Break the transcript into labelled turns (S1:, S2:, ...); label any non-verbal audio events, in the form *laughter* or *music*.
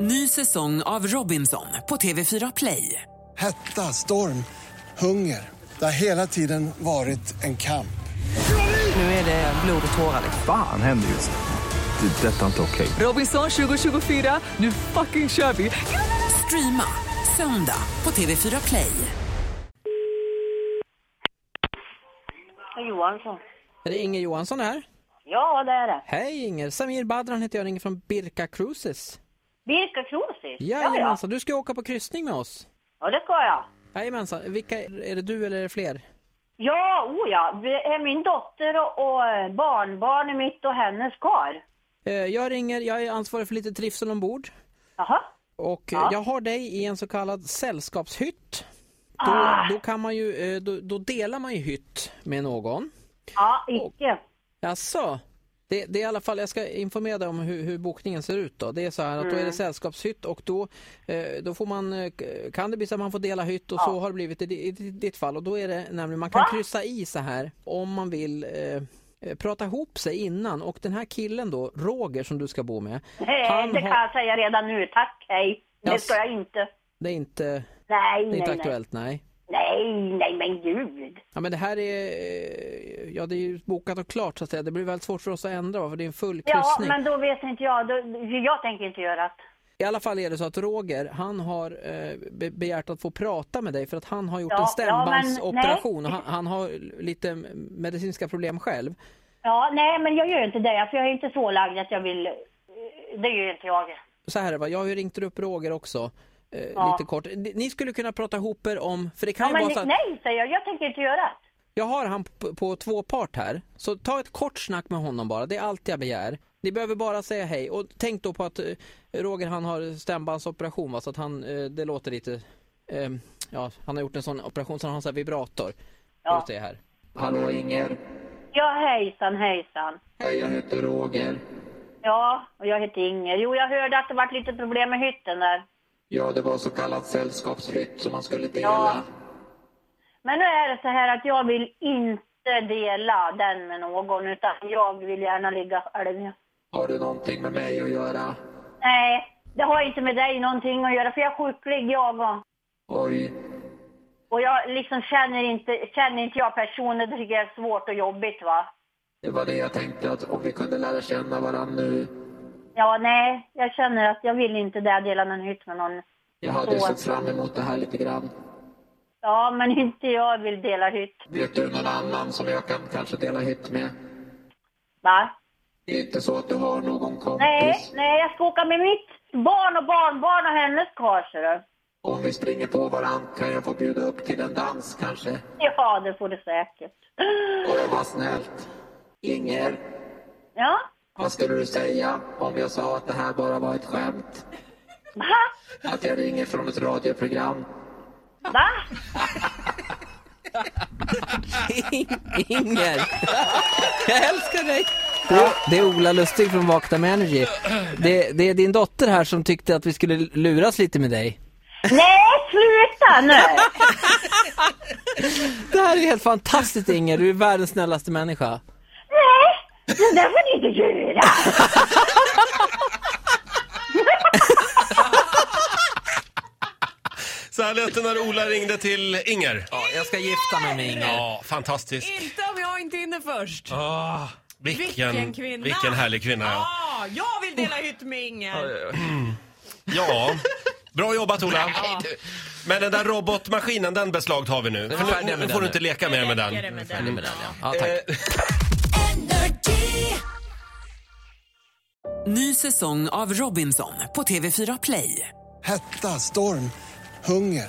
S1: Ny säsong av Robinson på TV4 Play.
S2: Hetta, storm, hunger. Det har hela tiden varit en kamp.
S1: Nu är det blod och tårar.
S3: Fan händer just nu. Det. är Detta är inte okej.
S1: Robinson 2024, nu fucking kör vi! Streama söndag på TV4 Play.
S4: Herr Johansson.
S5: Är det Inger Johansson här?
S4: Ja, det är det.
S5: Hej Inger! Samir Badran heter jag, ringer från Birka Cruises.
S4: Birka Krosis. ja.
S5: Jajamensan, du ska åka på kryssning med oss.
S4: Ja, det ska jag.
S5: Jajamensan, vilka, är det du eller är det fler?
S4: Ja, o ja. Det är min dotter och, och eh, barnbarn är mitt och hennes kar.
S5: Eh, Jag ringer, jag är ansvarig för lite trivsel ombord.
S4: Jaha.
S5: Och eh, jag har dig i en så kallad sällskapshytt. Då, då, kan man ju, eh, då, då delar man ju hytt med någon.
S4: Ja, icke.
S5: Jaså? Det, det är i alla fall, jag ska informera dig om hur, hur bokningen ser ut. Då. Det är så här att då är
S4: Mm.
S5: det sällskapshytt och då, eh, då får man, eh, kan det bli så att man får dela hytt och så har det blivit i, di- i ditt fall. Och då är det nämligen, man kan kryssa i så här om man vill eh, eh, prata ihop sig innan och den här killen då, Roger som du ska bo med,
S4: Nej, det kan
S5: har,
S4: jag säga redan nu. Tack, hej. Det
S5: Jaså.
S4: ska jag inte.
S5: det är inte,
S4: Nej,
S5: det är
S4: nej,
S5: inte
S4: nej.
S5: aktuellt nej.
S4: Nej, nej, men gud.
S5: Ja men det här är, eh, ja det är ju bokat och klart så att säga. Det blir väldigt svårt för oss att ändra va, för det är en full
S4: Ja,
S5: kryssning.
S4: men då vet inte jag. Då, jag tänker inte göra det.
S5: I alla fall är det så att Roger, han har eh, be- begärt att få prata med dig för att han har gjort
S4: Ja,
S5: en
S4: ja, men
S5: stämbandsoperation
S4: nej.
S5: och han, han har lite medicinska problem själv.
S4: Ja, nej, men jag gör inte det. För jag är inte så lagd att jag vill... eh, Det gör inte jag.
S5: Så här är det, va, jag har ju ringt upp Roger också. Eh,
S4: Ja.
S5: Lite kort. Ni ni skulle kunna prata ihop er om, för det kan
S4: Ja,
S5: ju
S4: men
S5: vara så att
S4: nej, säger jag. Jag tänker inte göra det.
S5: jag har han på, på två part här. Så ta ett kort snack med honom bara, det är allt jag begär. Ni behöver bara säga hej och tänk då på att eh, Roger han har stämbandsoperation va, så att han, eh, det låter lite, eh, ja han har gjort en sån operation så han har en sån här vibrator.
S4: Ja.
S5: Just det här. *laughs*
S6: Hallå Inger,
S4: Ja, hejsan, hejsan.
S6: hej jag heter Roger.
S4: Ja, och jag heter Inger. Jo, jag hörde att det varit lite problem med hytten där.
S6: Ja, det var så kallat sällskapsflytt som man skulle
S4: Ja.
S6: dela.
S4: Men nu är det så här att jag vill inte dela den med någon, utan jag vill gärna ligga själv.
S6: Har du någonting med mig att göra?
S4: Nej, det har inte med dig någonting att göra, för jag är sjuklig jag och.
S6: Oj,
S4: Och jag liksom känner inte, känner inte jag personer, det tycker jag är svårt och jobbigt va.
S6: det var det jag tänkte att om vi kunde lära känna varandra nu.
S4: Ja, nej, jag känner att jag vill inte det, dela någon hytt med någon.
S6: Jag hade ju
S4: Så.
S6: sett fram emot det här lite grann.
S4: Ja, men *laughs* inte jag vill dela hytt.
S6: Vet du någon annan som jag kan kanske dela hit med?
S4: Va?
S6: Det är inte så att du har någon kompis?
S4: Nej, nej, jag ska åka med mitt barn och barnbarn och hennes karl, ser du.
S6: Om vi springer på varandra kan jag få bjuda upp till en dans kanske?
S4: Ja, det får du säkert.
S6: Åh, vad snällt. Inger,
S4: Ja.
S6: vad skulle du säga om jag sa att det här bara var ett *laughs* skämt?
S4: Va?
S6: Att jag ringer från ett radioprogram.
S4: Va?
S5: Inger! *laughs* Jag älskar dig! Det, det är Ola Lustig från Vakna med Energy. Det, det är din dotter här som tyckte att vi skulle luras lite med dig.
S4: Nej, sluta nu!
S5: Det här är ju helt fantastiskt Inger, du är världens snällaste människa.
S4: Nej, det där får ni inte göra.
S7: Så här lät det när Ola ringde till Inger.
S5: Ja, jag ska gifta mig med Inger.
S7: Ja, fantastisk.
S8: Inte om jag inte hinner först.
S7: Ah, vilken,
S8: Vilken kvinna.
S7: Vilken härlig kvinna, ja.
S8: Ja, jag vill dela hytt med Inger.
S7: ja. Bra jobbat Ola. Men den där robotmaskinen, den beslag tar vi nu. För
S5: färdiga
S7: nu,
S5: med
S7: nu
S5: den
S7: får du
S5: nu.
S7: inte leka mer med
S8: Räcker det
S7: den.
S8: med den?
S5: Ja, tack.
S1: Ny säsong av Robinson på TV4 Play.
S2: Hetta, storm, hunger.